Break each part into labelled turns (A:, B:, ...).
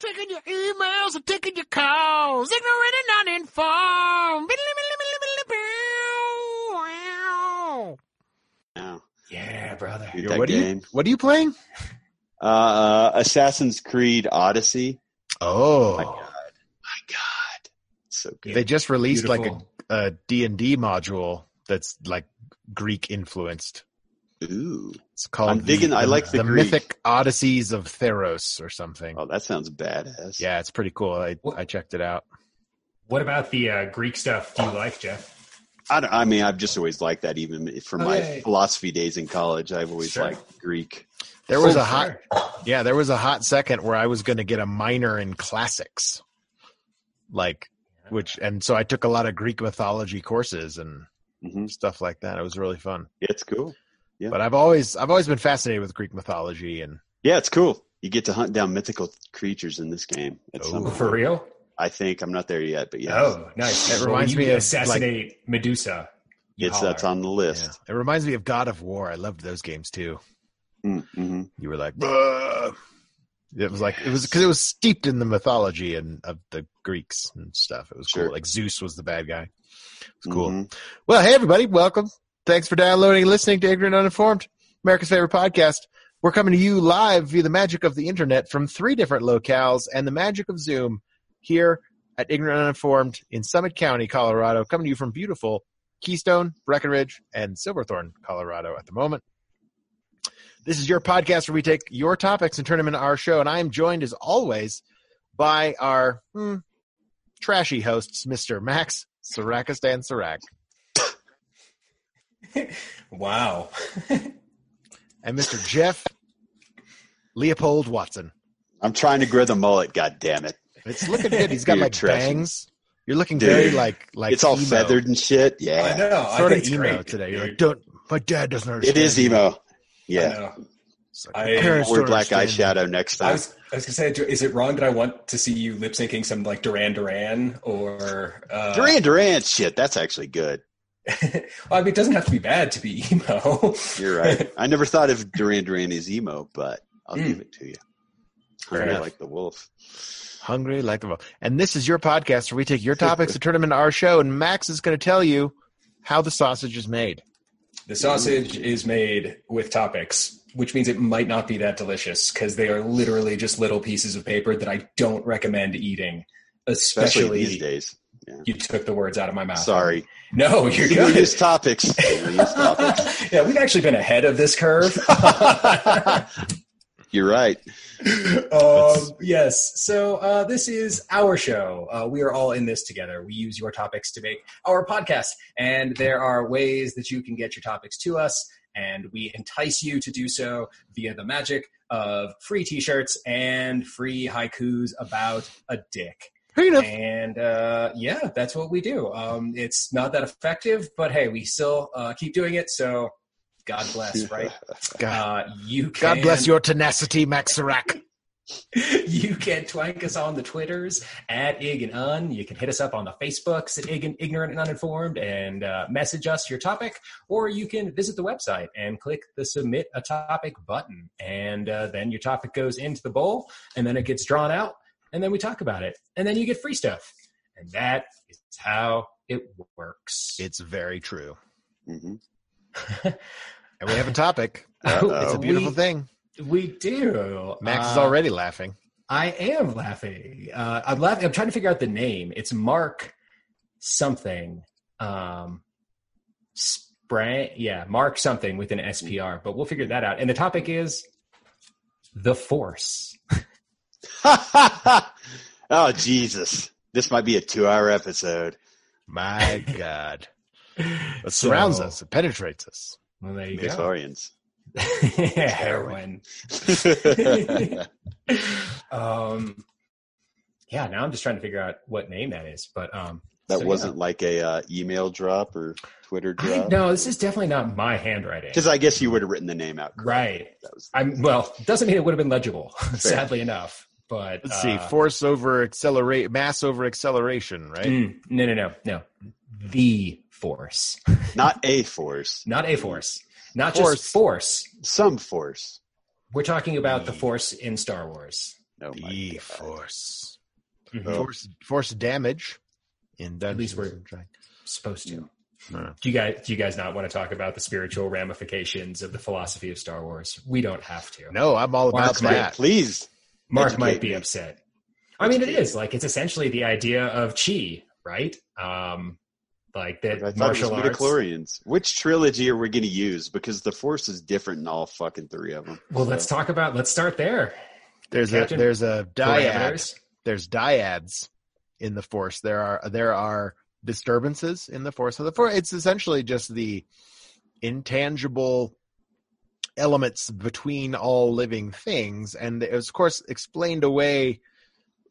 A: taking your emails and taking your calls. Ignorant and uninformed.
B: No.
C: Yeah, brother.
B: Shoot
C: Yo,
B: that
C: what are you
B: game.
C: What are you playing?
B: Uh, uh, Assassin's Creed Odyssey.
C: Oh,
B: My God. My God. So good.
C: they just released
D: Beautiful.
C: like a D and D module that's like Greek influenced.
B: Ooh.
C: It's called.
B: I'm digging- I like the Greek.
C: Mythic Odysseys of Theros or something.
B: Oh, that sounds badass.
C: Yeah, it's pretty cool. I
D: Well-
C: I checked it out.
D: What about the uh, Greek stuff? Do you like Jeff?
B: I, don't, I mean, I've just always liked that. Even from my
D: Okay.
B: philosophy days in college, I've always
D: Sure.
B: liked Greek.
C: There was
D: Oh,
C: a hot
D: sure.
C: yeah, there was a hot second where I was going to get a minor in classics, like which, and so I took a lot of Greek mythology courses and
B: hmm
C: stuff like that. It was really fun.
B: It's cool. Yeah.
C: But I've always I've always been fascinated with Greek mythology and
B: Yeah, it's cool. You get to hunt down mythical creatures in this game. At some
C: Ooh.
B: point.
D: Oh, for real.
B: I think I'm not there yet, but yeah,
D: Oh, nice.
C: That
D: Well,
C: reminds
D: you
C: me of,
D: assassinate Medusa. you
B: it's
D: holler.
B: that's on the
C: yeah.
B: list.
C: it reminds me of God of War. I loved those games too.
B: Mm-hmm.
C: You were like, "Bruh." it was like it was because it was steeped in the mythology and of the Greeks and stuff. It was
B: Sure.
C: cool. Like Zeus was the bad guy. It's cool. Well, hey everybody, welcome. Thanks for downloading and listening to Ignorant Uninformed, America's favorite podcast. We're coming to you live via the magic of the internet from three different locales and the magic of Zoom here at Ignorant Uninformed in Summit County, Colorado, coming to you from beautiful Keystone, Breckenridge, and Silverthorne, Colorado at the moment. This is your podcast where we take your topics and turn them into our show, and I am joined as always by our hmm, trashy hosts, Mr. Max Sarakistan Sarak.
D: Wow.
C: and Mr. Jeff Leopold Watson.
B: I'm trying to grow the mullet. God damn it!
C: It's looking good. He's got
B: You're
C: like
B: trashing.
C: bangs. You're looking
B: Dude.
C: very like like
B: it's all
C: emo.
B: feathered and shit.
D: I
B: Yeah,
C: Sort
D: know. Oh, I
C: of
D: think it's
C: emo
D: great,
C: today. You're like,
D: dude.
C: don't. My dad doesn't
B: it
C: understand.
B: is emo.
D: I
B: Yeah,
D: know.
C: It's
D: I-
C: my parents
B: wear
C: don't
B: black
C: understand.
B: eyeshadow next
D: I
B: time.
D: was, I was gonna say, do- is it wrong that I want to see you lip syncing some like Duran Duran or uh,
B: Duran Duran shit. That's actually good.
D: well, I mean, it doesn't have to be bad to be emo.
B: You're right. I never thought of Duran Duran as emo, but I'll
D: Mm.
B: give it to you.
D: Fair
B: Hungry
D: enough.
B: like the wolf.
C: Hungry like the wolf. And this is your podcast where we take your topics and turn them into our show. And Max is going to tell you how the sausage is made.
D: the sausage is made with topics, which means it might not be that delicious because they are literally just little pieces of paper that I don't recommend eating,
B: Especially,
D: especially.
B: these days.
D: you took the words out of my mouth.
B: Sorry.
D: No, you're good.
B: Serious topics. Serious topics.
D: yeah, we've actually been ahead of this curve.
B: You're right.
D: um, yes. So uh, this is our show. Uh, we are all in this together. We use your topics to make our podcast, and there are ways that you can get your topics to us, and we entice you to do so via the magic of free T-shirts and free haikus about a dick. And uh, yeah, that's what we do. Um, it's not that effective, but hey, we still uh, keep doing it. So God bless, right?
C: God,
D: Uh, you can,
C: God bless your tenacity, Max Sarak.
D: You can twank us on the Twitters at Ig and Un. You can hit us up on the Facebooks at Ig and Ignorant and Uninformed and uh, message us your topic, or you can visit the website and click the Submit a Topic button, and uh, then your topic goes into the bowl, and then it gets drawn out, and then we talk about it, and then you get free stuff, and that is how it works.
C: It's very true.
B: hmm
C: And we have a topic.
B: Uh-oh.
C: It's a beautiful
D: we,
C: thing.
D: We do.
C: Max is
D: Uh,
C: already laughing.
D: I am laughing. Uh, I'm laughing. I'm trying to figure out the name. It's Mark something. Um, Sprang. Yeah, Mark something with an SPR. But we'll figure that out. And the topic is the Force.
B: oh Jesus! This might be a two-hour episode.
C: My God. It
D: So-
C: surrounds us. It penetrates us.
D: Well, there you go.
B: Mixarians.
D: Heroin. um, yeah. Now I'm just trying to figure out what name that is. But um,
B: that
D: so, yeah.
B: wasn't like a uh, email drop or Twitter
D: I,
B: drop.
D: no, this is definitely not my handwriting.
B: Because I guess you would have written the name out. correctly.
D: Right.
B: That was
D: I'm well. Doesn't mean it would have been legible, sadly enough. But
C: Let's
D: uh,
C: see. Force over accelerate, mass over acceleration, right?
D: mm, no, no, no, no. The force,
B: not a force.
D: not a force, not
C: Force.
D: just force.
B: Some force. Mm.
D: We're talking about the force in Star Wars.
B: Oh my
C: the
B: God.
C: E force.
B: Mm-hmm.
D: Mhm.
C: Force force damage in Dungeons
D: least we're-
C: and Dragons.
D: Supposed to.
B: Mm.
C: Yeah.
D: Do you guys do you guys not want to talk about the spiritual ramifications of the philosophy of Star Wars? We don't have to.
C: No, I'm all about
D: Mark's
B: Mark,
C: that.
B: please.
D: Mark
B: Educate
D: might be
B: me.
D: upset. I mean, it is like it's essentially the idea of chi, right? Um, like
B: I
D: that
B: thought it was
D: martial arts.
B: midichlorians. Which trilogy are we going to use? Because the force is different in all fucking three of them.
D: Well, let's talk about. Let's start there.
C: There's a
D: Captain
C: there's a dyad.
D: Parameters.
C: There's dyads in the force. There are there are disturbances in the force. So the force it's essentially just the intangible elements between all living things, and it was of course explained away.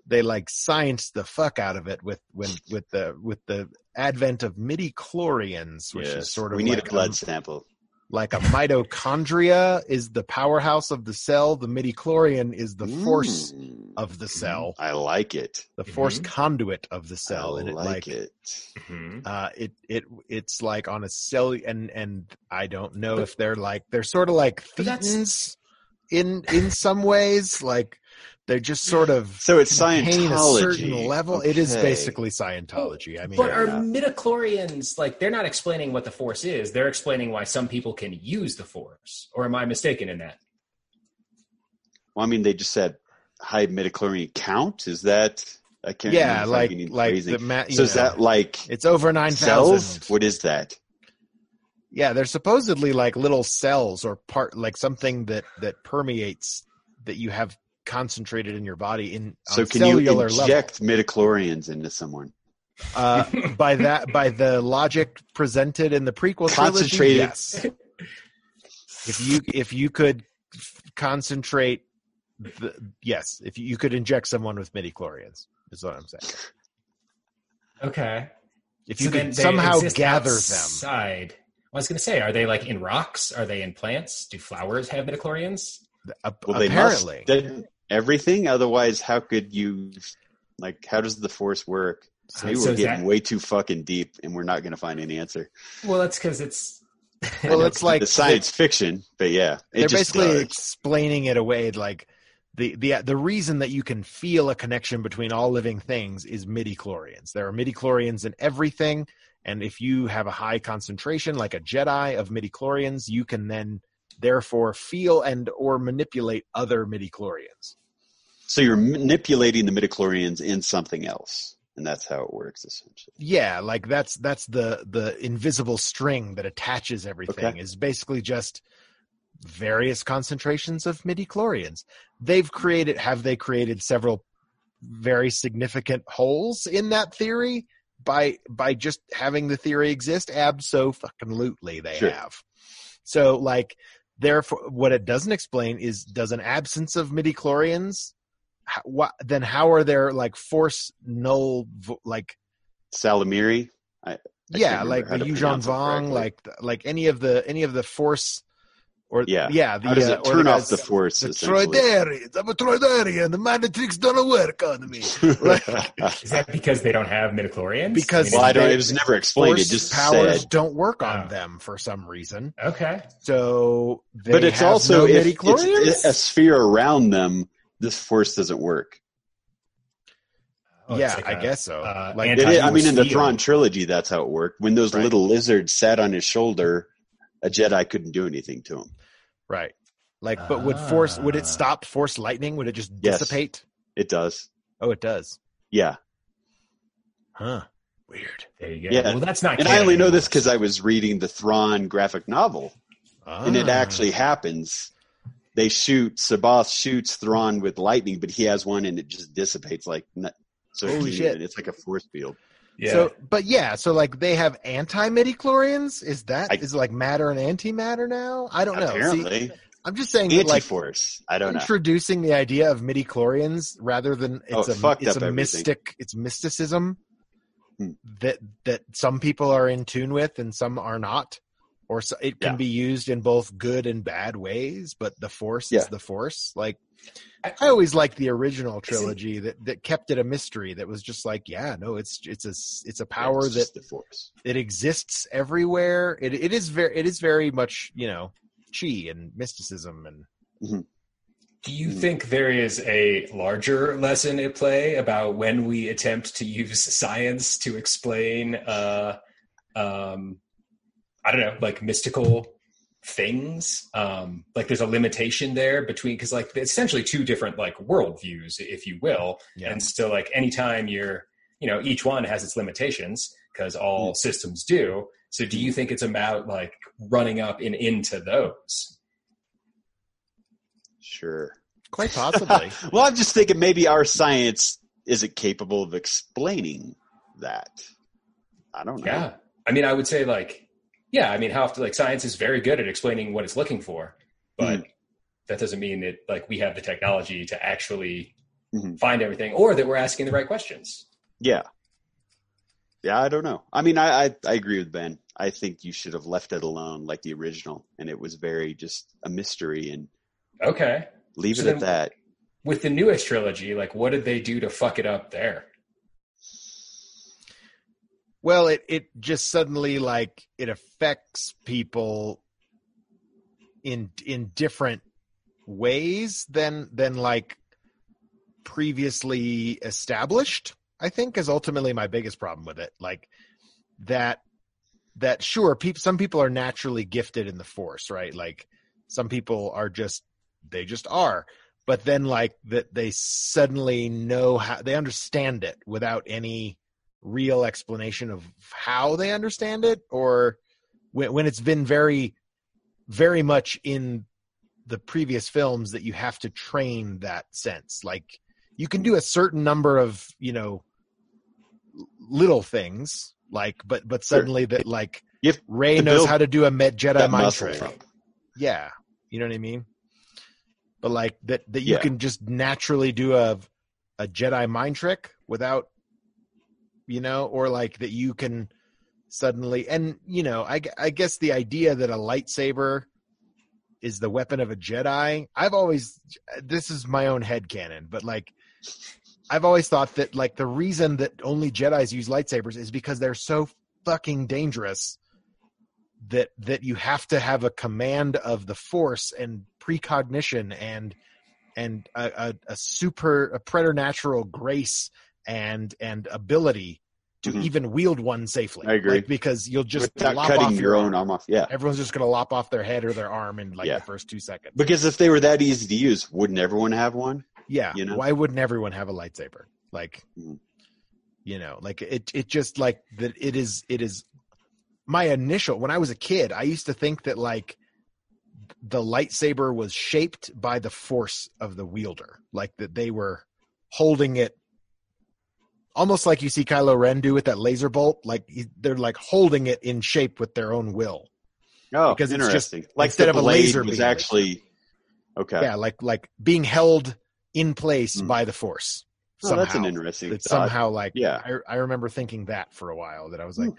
C: They like scienced the fuck out of it with when with the with the advent of midi chlorians, which
B: Yes.
C: is sort of
B: we need
C: like um,
B: a blood sample.
C: like a mitochondria is the powerhouse of the cell the midichlorian is the force
B: Mm.
C: of the cell
B: I like it.
C: the force
D: Mhm.
C: conduit of the cell
B: Mm-hmm. I
C: and it
B: like,
C: like
B: it.
D: Mhm.
C: uh it it it's like on a cell and and i don't know if they're like they're sort of like
D: But that's-
C: thetans in in some ways like they're just sort of
B: So it's
C: maintain a
B: Scientology.
C: certain level it is
B: Okay.
C: basically scientology i mean
D: But
B: are-
D: our
B: yeah.
D: midichlorians, like, they're not explaining what the force is. They're explaining why some people can use the force. Or am I mistaken in that?
B: Well, I mean, they just said high midichlorian count. Is that? I can't.
C: yeah
B: remember if I'm
C: like
B: getting
C: like
B: crazy.
C: the ma- you
B: so is
C: know,
B: that like
C: it's over
B: cells?
C: 9000
B: What is that?
C: Yeah, they're supposedly like little cells or part like something that that permeates that you have concentrated in your body in on
B: So can you
C: cellular
B: inject midichlorians into someone?
C: level. Uh, by that by the logic presented in the prequel trilogy,
B: Concentrated-
C: yes. if you if you could f- concentrate the, yes, if you, you could inject someone with midichlorians is what I'm saying.
D: Okay.
C: If you
D: So then
C: could
D: they
C: somehow
D: exist
C: gather them.
D: outside. I was going to say, are they like in rocks? Are they in plants? Do flowers have midichlorians?
C: ap-
B: Well, they
C: apparently.
B: must. Then everything. Otherwise, how could you? Like, how does the force work?
D: So-
B: Maybe
D: so
B: we're
D: is
B: getting
D: that-
B: way too fucking deep, and we're not going to find an answer.
D: Well, that's because it's.
C: well, it's like
B: the science fiction, but yeah, it
C: they're
B: just
C: basically
B: does.
C: explaining it away like the the the reason that you can feel a connection between all living things is midichlorians. There are midichlorians in everything and if you have a high concentration like a Jedi of midichlorians, you can then therefore feel and or manipulate other midichlorians.
B: so you're manipulating the midichlorians in something else, and that's how it works essentially.
C: Yeah, like that's that's the the invisible string that attaches everything
B: Okay.
C: is basically just various concentrations of midichlorians. They've created have they created several very significant holes in that theory by by just having the theory exist abso fucking lootly they
B: Sure.
C: have. So like therefore what it doesn't explain is does an absence of midichlorians how, what, then how are there like force null vo- like
B: Salamiri, I can't
C: yeah
B: remember
C: like
B: how
C: the
B: to
C: Yuuzhan
B: pronounce it
C: Vong,
B: correctly.
C: like th- like any of the any of the force, or
B: Yeah.
C: yeah, the,
B: how does
C: uh,
B: it
C: or
B: turn off
C: guys-
B: the force?
C: The
B: essentially?
C: Troidarians, I'm a Troidarian. The magic tricks don't work on me.
D: Is that because they don't have midichlorians?
C: Because-
B: well, I don't.
C: They-
B: It was never explained. It
C: Force
B: just
C: powers
B: said.
C: don't work on
D: Oh.
C: them for some reason.
D: okay.
C: So, they
B: But it's
C: have
B: also
C: no
B: if it's
C: midichlorians?
B: a sphere around them, this force doesn't work.
D: Oh, it's
C: yeah,
D: like
C: I
D: a-
C: guess so.
D: uh,
C: like
B: It is- I
D: Anti-force
B: mean, in the
D: field.
B: Thrawn trilogy, that's how it worked. When those
C: Right.
B: little lizards sat on his shoulder, a Jedi couldn't do anything to him.
C: right? Like, but would force? Would it stop force lightning? Would it just
B: Yes.
C: dissipate?
B: It does.
C: Oh, it does.
B: Yeah.
C: Huh. Weird.
D: There you go.
B: Yeah.
D: Well, that's not.
B: And I only
D: canon.
B: know this because I was reading the Thrawn graphic novel, and it
C: Ah.
B: actually happens. They shoot, Sabath shoots Thrawn with lightning, but he has one and it just dissipates like. nut- So
C: Holy
B: he-
C: shit.
B: it's like a force field.
D: Yeah.
C: So, but yeah, so like they have anti midichlorians. Is that
B: I-
C: is it like matter and antimatter now? I don't know. See,
B: Apparently,
C: I'm just saying that
B: anti
C: like
B: force. I don't know.
C: introducing the idea of midichlorians rather than
B: Oh,
C: it's
B: it
C: a
B: fucked
C: it's
B: up
C: a
B: everything.
C: mystic it's mysticism
B: Hmm.
C: that that some people are in tune with and some are not. Or so, it can
B: Yeah.
C: be used in both good and bad ways, but the force is
B: Yeah.
C: the force. Like
D: I-
C: I always liked the original trilogy that, that kept it a mystery. That was just like, yeah, no, it's it's a s- it's a power
B: It's
C: that
B: just the force.
C: it exists everywhere. It it is very it is very much you know chi and mysticism and
B: Mhm.
D: Do you think there is a larger lesson at play about when we attempt to use science to explain, uh, um, I don't know, like mystical things? Um, like there's a limitation there between, because like essentially two different like worldviews, if you will.
C: Yeah.
D: And so like anytime you're, you know, each one has its limitations because all systems do. So do you think it's about like running up and into those?
B: Sure.
C: Quite possibly.
B: well, I'm just thinking maybe our science isn't capable of explaining that. I don't know.
D: Yeah. I mean, I would say like, yeah, I mean, how often like science is very good at explaining what it's looking for, but
C: Mm-hmm.
D: that doesn't mean that like we have the technology to actually
C: Mm-hmm.
B: Mhm.
D: find everything or that we're asking the right questions.
B: Yeah. Yeah, I don't know. I mean, I, I I agree with Ben. I think you should have left it alone like the original, and it was very just a mystery and
D: Okay.
B: leave
D: So
B: it
D: then-
B: at that.
D: With the newest trilogy, like what did they do to fuck it up there?
C: well, it it just suddenly like it affects people in in different ways than than like previously established. I think is ultimately my biggest problem with it. Like that that sure peop some people are naturally gifted in the force right like some people are just they just are but then like that they suddenly know how they understand it without any real explanation of how they understand it or when, when it's been very very much in the previous films that you have to train that sense like you can do a certain number of you know l- little things like but but
B: Sure.
C: suddenly that like
B: You have
C: Ray
B: to
C: knows
B: build
C: how to do a med Jedi
B: That
C: mind
B: muscle
C: trick.
B: up.
C: Yeah, you know what I mean. But like that, that you
B: Yeah.
C: can just naturally do a a Jedi mind trick without, you know, or like that you can suddenly and you know, I gu- I guess the idea that a lightsaber is the weapon of a Jedi. I've always this is my own headcanon, but like I've always thought that like the reason that only Jedi's use lightsabers is because they're so fucking dangerous that that you have to have a command of the force and precognition and and a, a, a super a preternatural grace and and ability to
B: Mhm.
C: even wield one safely.
B: I agree.
C: Like, because you'll just
B: without
C: lop
B: cutting
C: off
B: your own arm off. Yeah.
C: Everyone's just gonna lop off their head or their arm in like
B: Yeah.
C: the first two seconds.
B: Because if they were that easy to use, wouldn't everyone have one?
C: Yeah.
B: You know?
C: Why wouldn't everyone have a lightsaber? Like,
B: Mm.
C: you know, like it, it just like that it is, it is my initial, when I was a kid, I used to think that like the lightsaber was shaped by the force of the wielder, like that they were holding it almost like you see Kylo Ren do with that laser bolt. Like he, they're like holding it in shape with their own will.
B: Oh,
C: Because it's just-
B: interesting. like
C: instead
B: the
C: of a
B: blade
C: laser
B: was
C: beam.
B: actually okay.
C: Yeah. Like, like being held in place
B: Mm.
C: by the force.
B: Oh, that's an
C: somehow.
B: interesting
C: that
B: thought.
C: somehow like
B: Yeah.
C: I, I remember thinking that for a while that I was like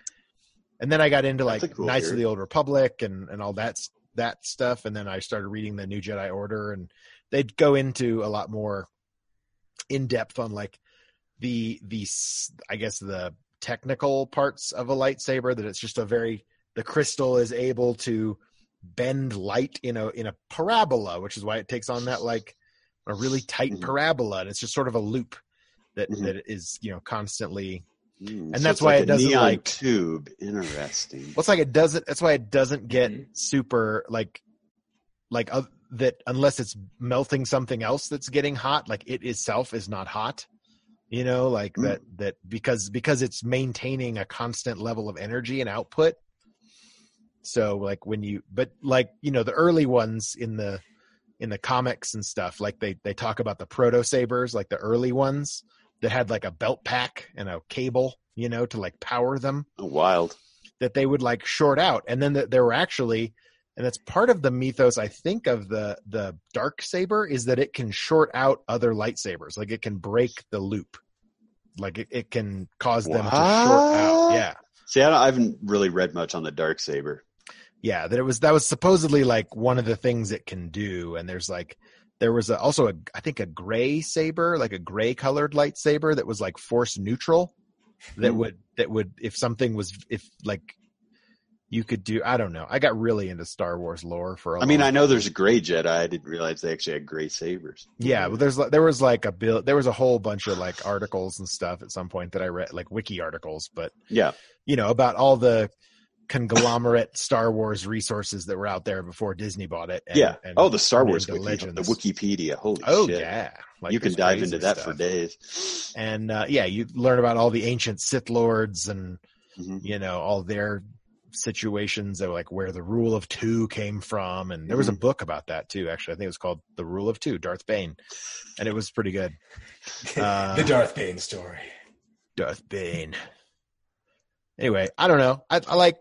C: and then I got into
B: Hmm. That's
C: like
B: a cool
C: Knights of
B: theory.
C: the Old Republic and and all that s- that stuff and then I started reading the New Jedi Order and they'd go into a lot more in depth on like the the s- I guess the technical parts of a lightsaber that it's just a very the crystal is able to bend light in a in a parabola which is why it takes on that like a really tight
B: Mhm.
C: parabola and it's just sort of a loop that
B: Mhm.
C: that is you know constantly
B: Mm,
C: and
B: so
C: that's
B: it's
C: why
B: like
C: it
B: a
C: doesn't,
B: neon
C: like-
B: tube. Interesting.
C: well, it's like it doesn't that's why it doesn't get
D: Mhm.
C: super like like uh, that unless it's melting something else that's getting hot like it itself is not hot you know like
B: Mm.
C: that that because because it's maintaining a constant level of energy and output so like when you but like you know the early ones in the in the comics and stuff like they they talk about the proto sabers like the early ones that had like a belt pack and a cable you know to like power them
B: Oh, wild.
C: that they would like short out and then that there were actually and that's part of the mythos i think of the the dark saber is that it can short out other lightsabers like it can break the loop like it, it can cause them to short out
B: What?
C: yeah
B: See, I, don't, I haven't really read much on the dark saber.
C: yeah that it was that was supposedly like one of the things it can do and there's like there was a, also a i think a gray saber like a gray colored lightsaber that was like force neutral that
B: Hmm.
C: would that would if something was if like you could do i don't know i got really into star wars lore for a
B: I mean,
C: long-
B: I know there's gray Jedi. I didn't realize they actually had gray sabers.
C: yeah but there's like there was like a bill there was a whole bunch of like articles and stuff at some point that i read like wiki articles but
B: Yeah.
C: you know about all the conglomerate star wars resources that were out there before disney bought it and-
B: yeah.
C: and
B: oh, the Star
C: turned
B: Wars
C: into
B: wiki, the
C: legends.
B: Wikipedia. Holy
C: oh
B: shit.
C: yeah
B: you
C: there's
B: can dive
C: crazy
B: into that
C: stuff.
B: for days.
C: and uh, yeah you learn about all the ancient sith lords and
B: Mhm.
C: you know all their situations of like where the rule of two came from and there was
B: Mm-hmm.
C: a book about that too actually i think it was called the rule of two darth bane and it was pretty good Uh,
D: the Darth Bane story.
C: darth bane anyway i don't know I, I like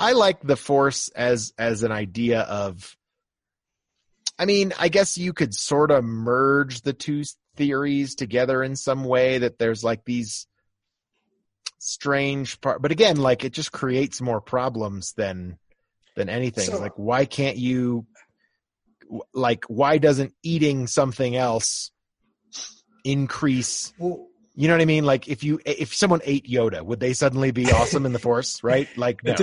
C: i like the force as as an idea of i mean i guess you could sort of merge the two theories together in some way that there's like these strange part but again like it just creates more problems than than anything
D: So-
C: like why can't you w- like why doesn't eating something else increase
D: Well,
C: you know what I mean? Like if you if someone ate Yoda, would they suddenly be awesome in the Force? Right? Like no.
D: it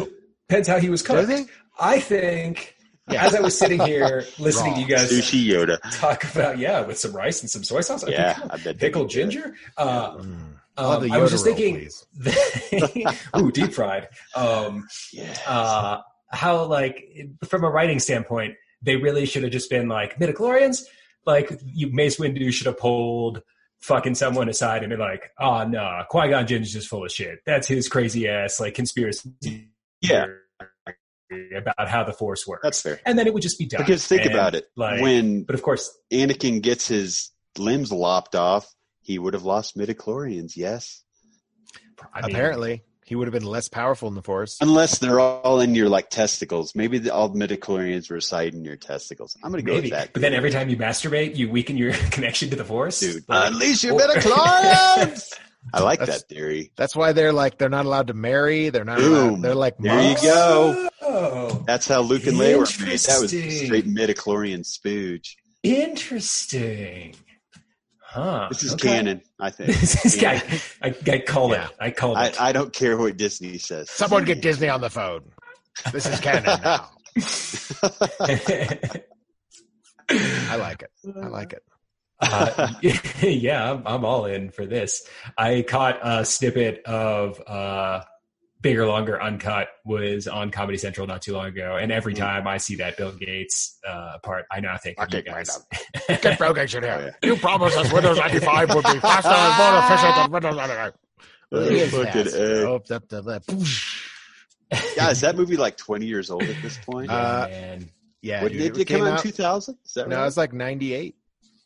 D: depends how he was
C: Do
D: cooked.
C: they?
D: I think
C: Yeah.
D: as I was sitting here listening
C: Raw.
D: to you guys
B: Sushi Yoda.
D: talk about yeah, with some rice and some soy sauce, I think,
B: Yeah.
D: huh,
B: I bet they'd be
D: pickled
B: good.
D: ginger. Uh,
C: Mm. I'll have
D: um,
C: the
D: I was
C: Yoda
D: just
C: roll,
D: thinking,
C: please.
D: ooh, deep fried. Um,
B: Yeah.
D: uh, how like from a writing standpoint, they really should have just been like midichlorians. Like you, Mace Windu should have pulled fucking someone aside and been like, "Oh no, Qui Gon Jinn's just full of shit. That's his crazy ass like conspiracy
B: Yeah.
D: theory about how the Force works."
B: That's fair.
D: and then it would just be done.
B: Because think
D: And,
B: about it.
D: like-
B: when
D: But of course,
B: Anakin gets his limbs lopped off, he would have lost midichlorians, yes.
D: I mean,
C: Apparently, he would have been less powerful in the Force.
B: Unless they're all in your like testicles. Maybe the, all the midichlorians reside in your testicles. I'm gonna go
D: maybe.
B: with that.
D: But then every time you masturbate, you weaken your connection to the Force.
B: dude.
D: Like,
B: Unleash your
D: or-
B: midichlorians! I like
C: That's-
B: that theory.
C: That's why they're like they're not allowed to marry. They're not.
B: Boom.
C: Allowed, they're like
B: There you
C: monks.
B: go.
D: Oh,
B: That's how Luke and Leia were made. That was
D: Interesting.
B: straight midichlorian spooge.
D: interesting. Huh.
B: This is
D: Uh, okay.
B: canon, I think.
D: this is, I,
B: Yeah.
D: I, I call
C: Yeah.
D: it. I call
B: I,
D: it.
B: I don't care what Disney says.
C: Someone get Disney on the phone. This is canon now. I like it. I like it.
D: Uh, yeah, I'm, I'm all in for this. I caught a snippet of uh, Bigger, Longer, Uncut was on Comedy Central not too long ago, and every
B: Mm.
D: time I see that Bill Gates uh, part, I now think of you
B: Okay, great.
D: guys.
C: Get production here.
B: Oh, yeah.
C: You promised us Windows 95 would be faster and more efficient than Windows 95.
B: Oh, fucking A.
C: Oh, da, da, da. Poosh.
B: Yeah, is that movie like 20 years old at this point?
C: Uh,
D: Man.
C: Yeah,
B: When
C: dude,
B: did it, come out in 2000? Is that
C: No,
B: right?
C: it's like 98.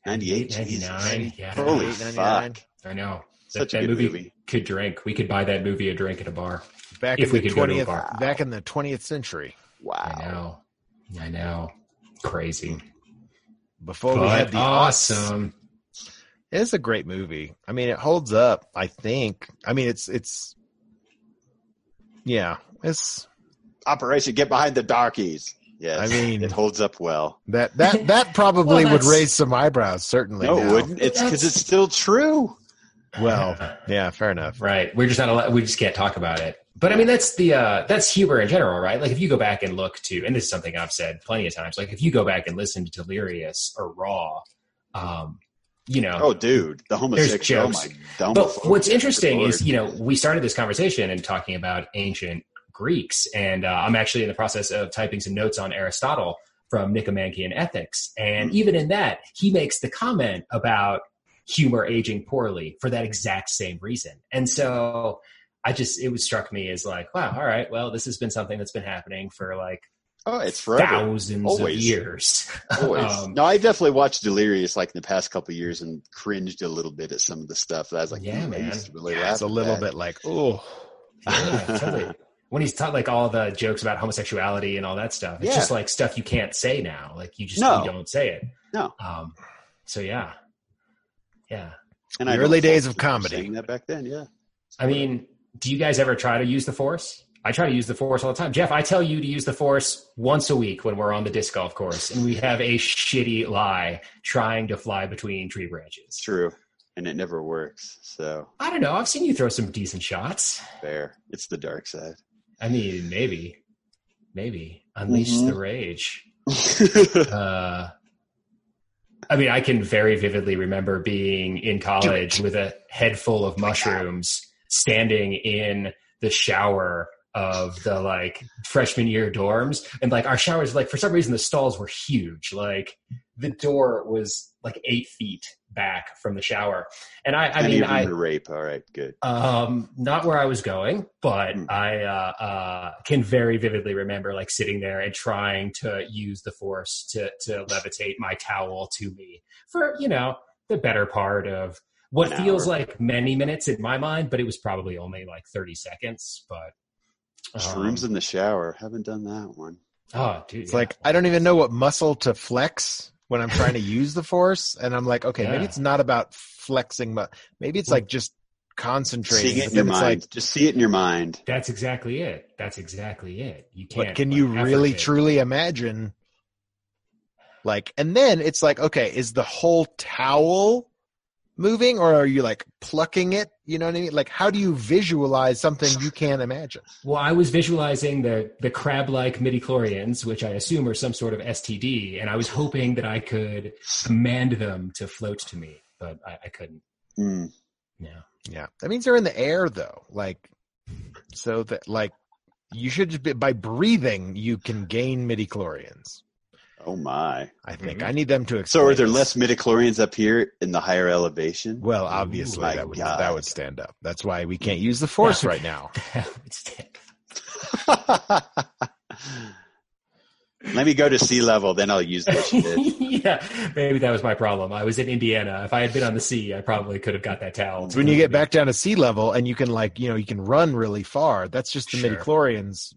B: 98,
D: 99.
B: Jesus.
D: Yeah,
B: Holy
C: 98, 99.
B: fuck.
D: I know.
B: Such
D: that
B: a good
D: movie.
B: movie.
D: Could drink. We could buy that movie a drink at a bar.
C: Back
D: If
C: in
D: we
C: the
D: could go to a
C: 20th,
D: bar.
C: back in the 20th century,
D: I
B: Wow.
D: know. I know. Crazy.
C: before we had
D: but
C: the aughts.
D: awesome.
C: It's a great movie. I mean, it holds up. I think. I mean, it's it's. Yeah, it's
B: Operation Get Behind the Darkies. Yes.
C: I mean-
B: it holds up well.
C: that that that probably
D: Well,
C: would
D: that's-
C: raise some eyebrows. Certainly,
B: No,
C: now.
B: it wouldn't. It's because
D: That's-
B: it's still true.
C: Well, yeah, fair enough.
D: Right. We're just not allowed. We just can't talk about it. But I mean, that's the uh, that's humor in general, right? Like if you go back and look to, and this is something I've said plenty of times. Like if you go back and listen to Delirious or Raw, um, you know,
B: Oh, dude. The homosexual. Oh,
D: jokes.
B: my dumb
D: but what's interesting
B: Lord.
D: is you know we started this conversation and talking about ancient greeks and uh, i'm actually in the process of typing some notes on aristotle from nicomachean ethics and
B: Hmm.
D: even in that he makes the comment about humor aging poorly for that exact same reason and so i just it was struck me as like wow all right well this has been something that's been happening for like
B: Oh, it's forever.
D: thousands of
B: Always.
D: years
B: Always.
D: Um,
B: no, I definitely watched Delirious like in the past couple of years and cringed a little bit at some of the stuff. I was like,
D: Yeah,
B: "Ooh, I
D: man.
B: used to really
C: Yeah,
B: laugh
C: it's a
B: at
C: little
B: that."
C: bit like oh,
D: Yeah, totally. When he's taught like all the jokes about homosexuality and all that stuff, it's
B: Yeah.
D: just like stuff you can't say now. Like you just
B: No.
D: you don't say it.
B: No.
D: Um. So yeah, yeah.
B: And
C: The
B: I don't
C: early days
B: fault
C: of
B: people for
C: comedy.
B: saying that back then, yeah.
D: I mean, do you guys ever try to use the force? I try to use the force all the time. Jeff, I tell you to use the force once a week when we're on the disc golf course and we have a shitty lie trying to fly between tree
B: It's
D: branches.
B: true. And it never works. So
D: I don't know. I've seen you throw some decent shots.
B: fair. It's the dark side.
D: I mean, maybe. Maybe unleash
B: Mhm.
D: the rage. uh, I mean, I can very vividly remember being in college with a head full of mushrooms, standing in the shower of the like freshman year dorms, and like our showers, like for some reason, the stalls were huge. Like the door was like eight feet back from the shower, and I, I
B: Any
D: mean,
B: of them
D: I
B: were rape. All right, good.
D: um not where i was going but
B: Hmm.
D: i uh, uh can very vividly remember like sitting there and trying to use the force to to levitate my towel to me for you know the better part of what
B: An
D: feels
B: hour.
D: like many minutes in my mind but it was probably only like 30 seconds but um,
B: Shrooms in the shower. Haven't done that one.
D: oh dude
C: It's
D: yeah.
C: like I don't even know what muscle to flex when I'm trying to use the force, and I'm like, okay,
D: Yeah.
C: maybe it's not about flexing, but maybe it's like just concentrating.
B: Seeing it
C: But
B: in your
C: then it's
B: mind.
C: like,
B: Just see it in your mind.
D: that's exactly it that's exactly it you can't
C: but can
D: like,
C: you
D: effort
C: really
D: it.
C: truly imagine? Like, and then it's like, okay, is the whole towel moving, or are you like plucking it? You know what I mean? Like, how do you visualize something you can't imagine?
D: Well, I was visualizing the the crab-like midichlorians, which I assume are some sort of STD, and I was hoping that I could command them to float to me, but I, I couldn't.
B: Mm.
D: No.
C: Yeah, that means they're in the air though. Like, so that like you should just be, by breathing you can gain midichlorians.
B: Oh my.
C: I think
D: Mhm.
C: I need them to explain.
B: Mm-hmm. So are there less
C: this.
B: midichlorians up here in the higher elevation?
C: Well,
B: Ooh,
C: obviously
B: my
C: that would
B: God.
C: that would stand up. That's why we can't use the force right now.
B: Let me go to sea level, then I'll use this shit.
D: yeah, maybe that was my problem. I was in Indiana. If I had been on the sea, I probably could have got that towel.
C: It's when you get back down to sea level and you can like you know you can run really far. That's just the
D: Sure.
C: midichlorians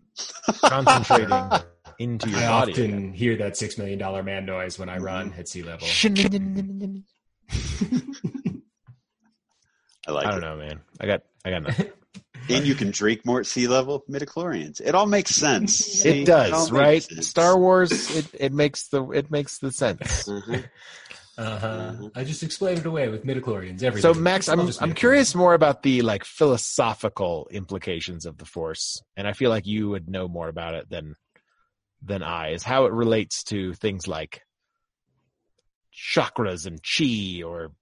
C: concentrating into your
D: I
C: body. Mm-hmm.
D: often hear that six million dollar man noise when I run at sea level.
C: again.
B: I like
C: I don't
B: it.
C: know, man. I got I got nothing.
B: And you can drink more at sea level, midichlorians. It all makes sense. See?
C: it
B: all makes
C: does right
B: sense.
C: star wars it, it makes the it makes the sense
B: Mhm.
D: Uh-huh. I just explained it away with midichlorians.
C: Mm-hmm. so
D: Everything.
C: max
D: It's all
C: i'm
D: just
C: i'm
D: midichlorians.
C: curious more about the like philosophical implications of the force and i feel like you would know more about it than than i is how it relates to things like chakras and chi or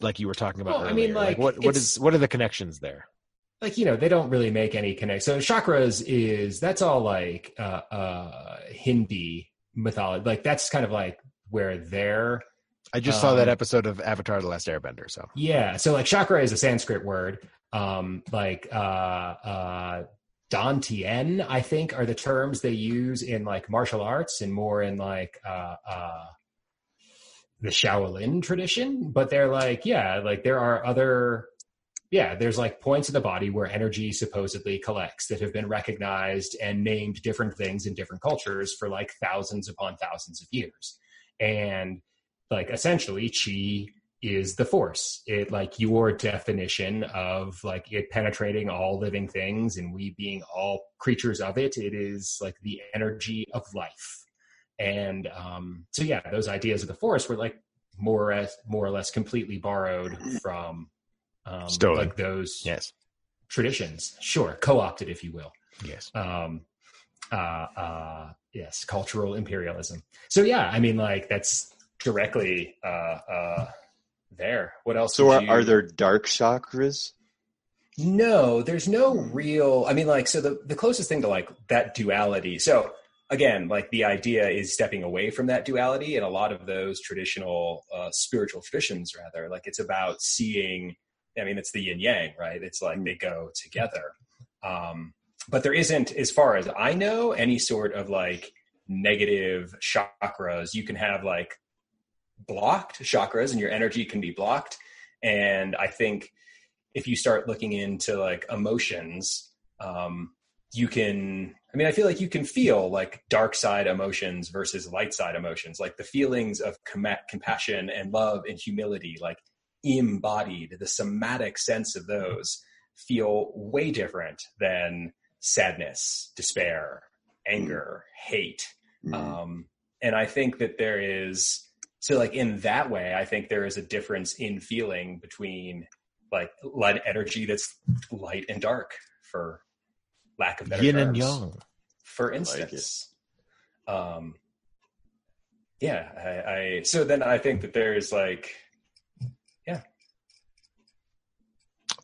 C: like you were talking about
D: Well,
C: earlier
D: I mean, like,
C: what what
D: it's-
C: is what are the connections there
D: like you know they don't really make any connect so chakras is that's all like uh uh hindi mythology like that's kind of like where they're
C: i just saw that
D: Um,
C: episode of avatar the last airbender so
D: yeah so like chakra is a sanskrit word um like uh uh dantian i think are the terms they use in like martial arts and more in like uh uh the shaolin tradition but they're like yeah like there are other yeah, there's like points in the body where energy supposedly collects that have been recognized and named different things in different cultures for like thousands upon thousands of years. And like essentially, chi is the force. It like your definition of like it penetrating all living things and we being all creatures of it. It is like the energy of life. And um, so, yeah, those ideas of the force were like more or less, more or less completely borrowed from um,
C: Stolen.
D: like those
C: yes
D: traditions, sure, co-opted, if you will.
C: yes
D: Um, uh, uh, yes, cultural imperialism. So yeah, I mean, like that's directly uh, uh, there. What else?
B: So
D: would
B: are,
D: you-
B: are there dark chakras?
D: No, there's no real. I mean, like, so the the closest thing to like that duality. So again, like the idea is stepping away from that duality, and a lot of those traditional uh, spiritual traditions, rather, like it's about seeing. I mean, it's the yin yang, right? It's like they go together. Um, but there isn't, as far as I know, any sort of like negative chakras. You can have like blocked chakras, and your energy can be blocked. And I think if you start looking into like emotions, um, you can. I mean, I feel like you can feel like dark side emotions versus light side emotions, like the feelings of com- compassion and love and humility, like embodied, the somatic sense of those feel way different than sadness, despair, anger, hate.
C: Mm.
D: Um, and I think that there is so like in that way, I think there is a difference in feeling between like light energy that's light and dark for lack of better
C: yin and
D: terms.
C: yang
D: for instance. um, yeah, I, I so then I think that there is like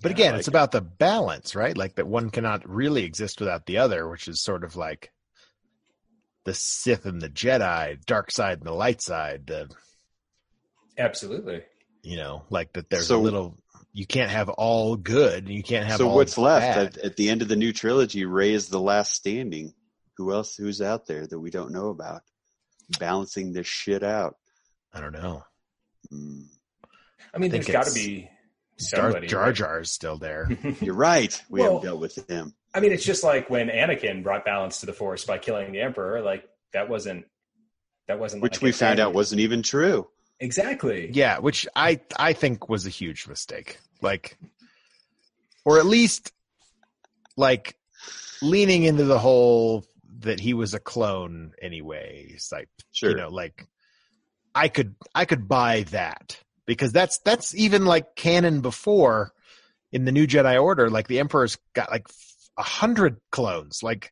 C: But
D: Yeah,
C: again,
B: like
C: it's about the balance, right? Like that one cannot really exist without the other, which is sort of like the Sith and the Jedi, dark side and the light side, the
D: absolutely
C: you know, like that there's
B: So-
C: a little you can't have all good and you can't have
B: So
C: all
B: what's left
C: bad.
B: at, at the end of the new trilogy? Ray is the last standing. Who else? Who's out there that we don't know about? Balancing this shit out.
C: I don't know.
B: Mm.
D: I
C: I
D: mean,
C: think
D: there's got to
C: it's
D: be somebody.
C: Darth Jar
D: right?
C: Jar is still there.
B: You're right. We
D: Well-
B: haven't dealt with him.
D: I mean, it's just like when Anakin brought balance to the Force by killing the Emperor. Like that wasn't that wasn't
B: which
D: like
B: we
D: a
B: found
D: thing.
B: out wasn't even true.
D: exactly.
C: yeah, which I I think was a huge mistake. Like or at least like leaning into the whole that he was a clone anyway type
B: Sure.
C: you know like i could i could buy that because that's that's even like canon before in the new jedi order like the emperor's got like f- a hundred clones like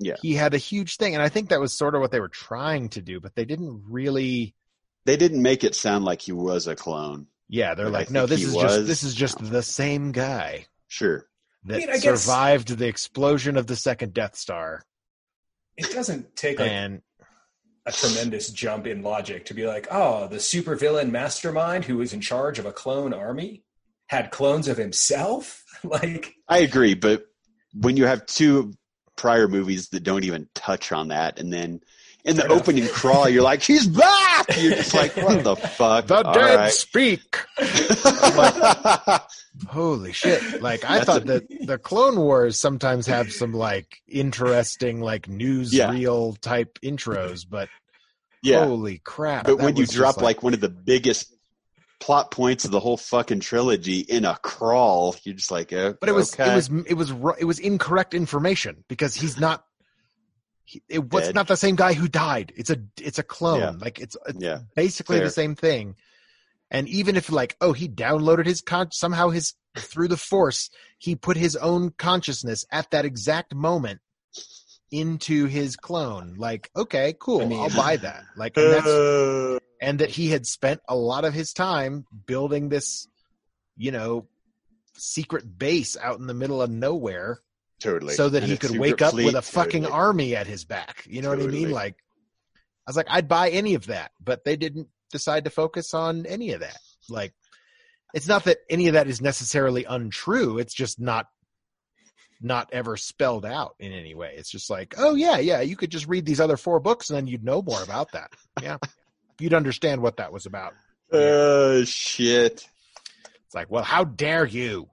B: Yeah.
C: he had a huge thing and i think that was sort of what they were trying to do but they didn't really
B: they didn't make it sound like he was a clone.
C: yeah they're
B: But I
C: like no
B: think
C: this
B: he
C: is
B: was.
C: just this is just the same guy
B: Sure.
C: that
D: mean, I guess-
C: survived the explosion of the second death star
D: It doesn't take like
C: and
D: a tremendous jump in logic to be like, oh, the supervillain mastermind who was in charge of a clone army had clones of himself. like,
B: I agree, but when you have two prior movies that don't even touch on that, and then in the
D: Fair enough.
B: opening crawl, you're like, he's back! You're just like, what the fuck?
C: the
B: All
C: dead
B: right.
C: speak Holy shit. Like I
B: That's
C: thought
B: a-
C: that the Clone Wars sometimes have some like interesting like newsreel type intros, but
B: yeah.
C: holy crap.
B: but
C: that
B: when you
C: was just
B: drop like, one of the biggest plot points of the whole fucking trilogy in a crawl, you're just like, oh,
C: But it was
B: okay.
C: it was it was ru- it was incorrect information because he's not he, it was
B: Dead.
C: not the same guy who died. It's a it's a clone.
B: Yeah.
C: Like it's it's
B: yeah,
C: basically
B: Fair.
C: the same thing. And even if like, oh, he downloaded his con somehow his through the force, he put his own consciousness at that exact moment into his clone. Like, okay, cool, I
D: I mean-
C: will buy that. Like, and, that's,
B: Uh,
C: and that he had spent a lot of his time building this, you know, secret base out in the middle of nowhere,
B: totally.
C: so that
B: And
C: he
B: a
C: could
B: secret
C: wake up
B: fleet,
C: with a fucking
B: totally.
C: army at his back. You know what I mean?
B: Totally.
C: Like, I was like, I'd buy any of that, but they didn't decide to focus on any of that. Like, it's not that any of that is necessarily untrue. It's just not, not ever spelled out in any way. It's just like, oh yeah, yeah, you could just read these other four books and then you'd know more about that. Yeah. you'd understand what that was about.
B: Oh shit!
C: It's like, well, how dare you?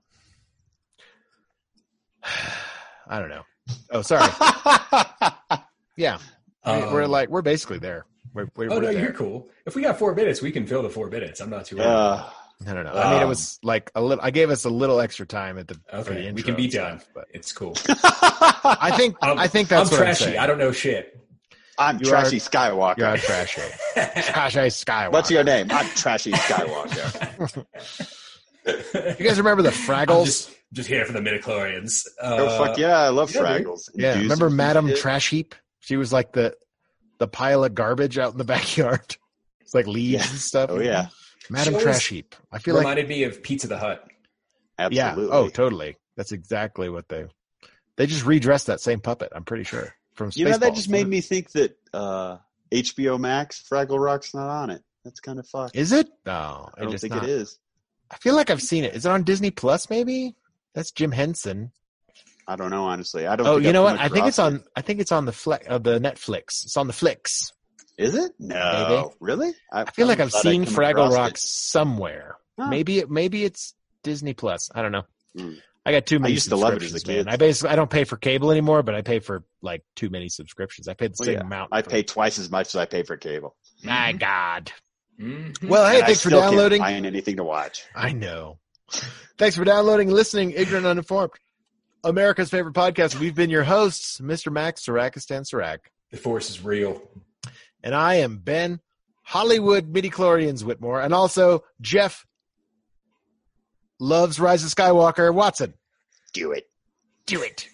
C: I don't know. Oh, sorry.
B: Uh,
C: Yeah. We- we're
D: um,
C: like we're basically there. We're, we're,
D: oh
C: we're
D: no,
C: there.
D: you're cool. If we got four minutes, we can fill the four minutes. I'm not too worried.
B: Uh,
C: I don't know. I mean, it was like a little. I gave us a little extra time at the. for the
D: Um, Okay, we
C: intro
D: can be
C: and stuff,
D: done.
C: But
D: it's cool.
C: I think
D: I'm-
C: I think that's
D: I'm
C: what I'm
D: trashy.
C: saying.
D: I don't know shit.
B: I'm
C: You
B: Trashy
C: are-
B: Skywalker.
C: You're trashy. Trashy Skywalker.
B: What's your name? I'm Trashy Skywalker.
C: You guys remember the
D: I'm
C: Fraggles?
D: just just here for the midichlorians. Uh,
B: oh fuck yeah! I love
D: yeah, dude.
B: Fraggles.
C: yeah.
B: Induce
C: Remember
B: some
C: Madam
B: shit.
C: Trash Heap? She was like the the pile of garbage out in the backyard. It's like leaves
B: Yeah.
C: and stuff.
B: Oh yeah,
C: Madam
D: She always
C: Trash Heap. I feel like
D: Reminded me of Pizza the Hut.
B: absolutely.
C: Yeah. Oh, totally. That's exactly what they they just redressed that same puppet. I'm pretty sure from Spaceballs.
B: you know that just made me think that uh, HBO Max Fraggle Rock's not on it. That's kind of fucked.
C: Is it? No,
B: I don't
C: just
B: think
C: not.
B: it is.
C: I feel like I've seen it. Is it on Disney Plus? Maybe that's Jim Henson.
B: I don't know honestly. I don't.
C: Oh,
B: think
C: you
B: I've
C: know
B: come
C: what? I think it's
B: across
C: on. I think it's on the fle- uh, the Netflix. It's on the Flicks.
B: it. Is it? No, really?
C: I feel like I've
B: thought I'd
C: seen
B: come
C: Fraggle
B: across it.
C: Rock somewhere.
B: Huh.
C: Maybe it. Maybe it's Disney Plus. I don't know.
B: Hmm.
C: I got too many.
B: used to love it as a
C: subscriptions, man.
B: kid.
C: I basically I don't pay for cable anymore, but I pay for like too many subscriptions. I paid the
B: Well,
C: same
B: yeah.
C: amount.
B: I
C: for-
B: pay twice as much as I pay for cable.
C: My God.
D: Mhm.
C: Well, hey,
B: And I
C: thanks for
B: still can't
C: downloading.
B: Find anything to watch.
C: I know. Thanks for downloading and listening, Ignorant Uninformed, America's favorite podcast. We've been your hosts, Mr. Max Sarakistan Sarak,
D: the Force is real.
C: and I am Ben Hollywood Midichlorians Whitmore, and also Jeff loves Rise of Skywalker Watson.
B: Do it.
A: Do it.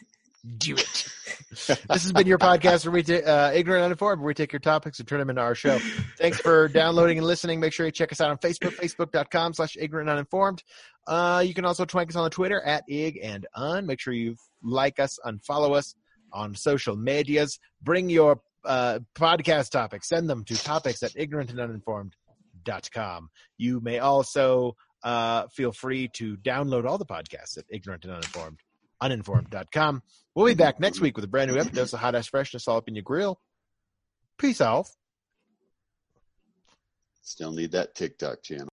A: Do it.
C: this has been your podcast where we ta- uh, ignorant uninformed where we take your topics and turn them into our show thanks for downloading and listening make sure you check us out on facebook facebook.com slash ignorant uninformed uh, you can also twank us on the twitter at ig and un make sure you like us and follow us on social medias bring your uh, podcast topics send them to topics at ignorant and uninformed.com you may also uh, feel free to download all the podcasts at ignorant and uninformed uninformed.com we'll be back next week with a brand new episode of hot ass freshness all up in your grill peace out
B: Still need that TikTok channel.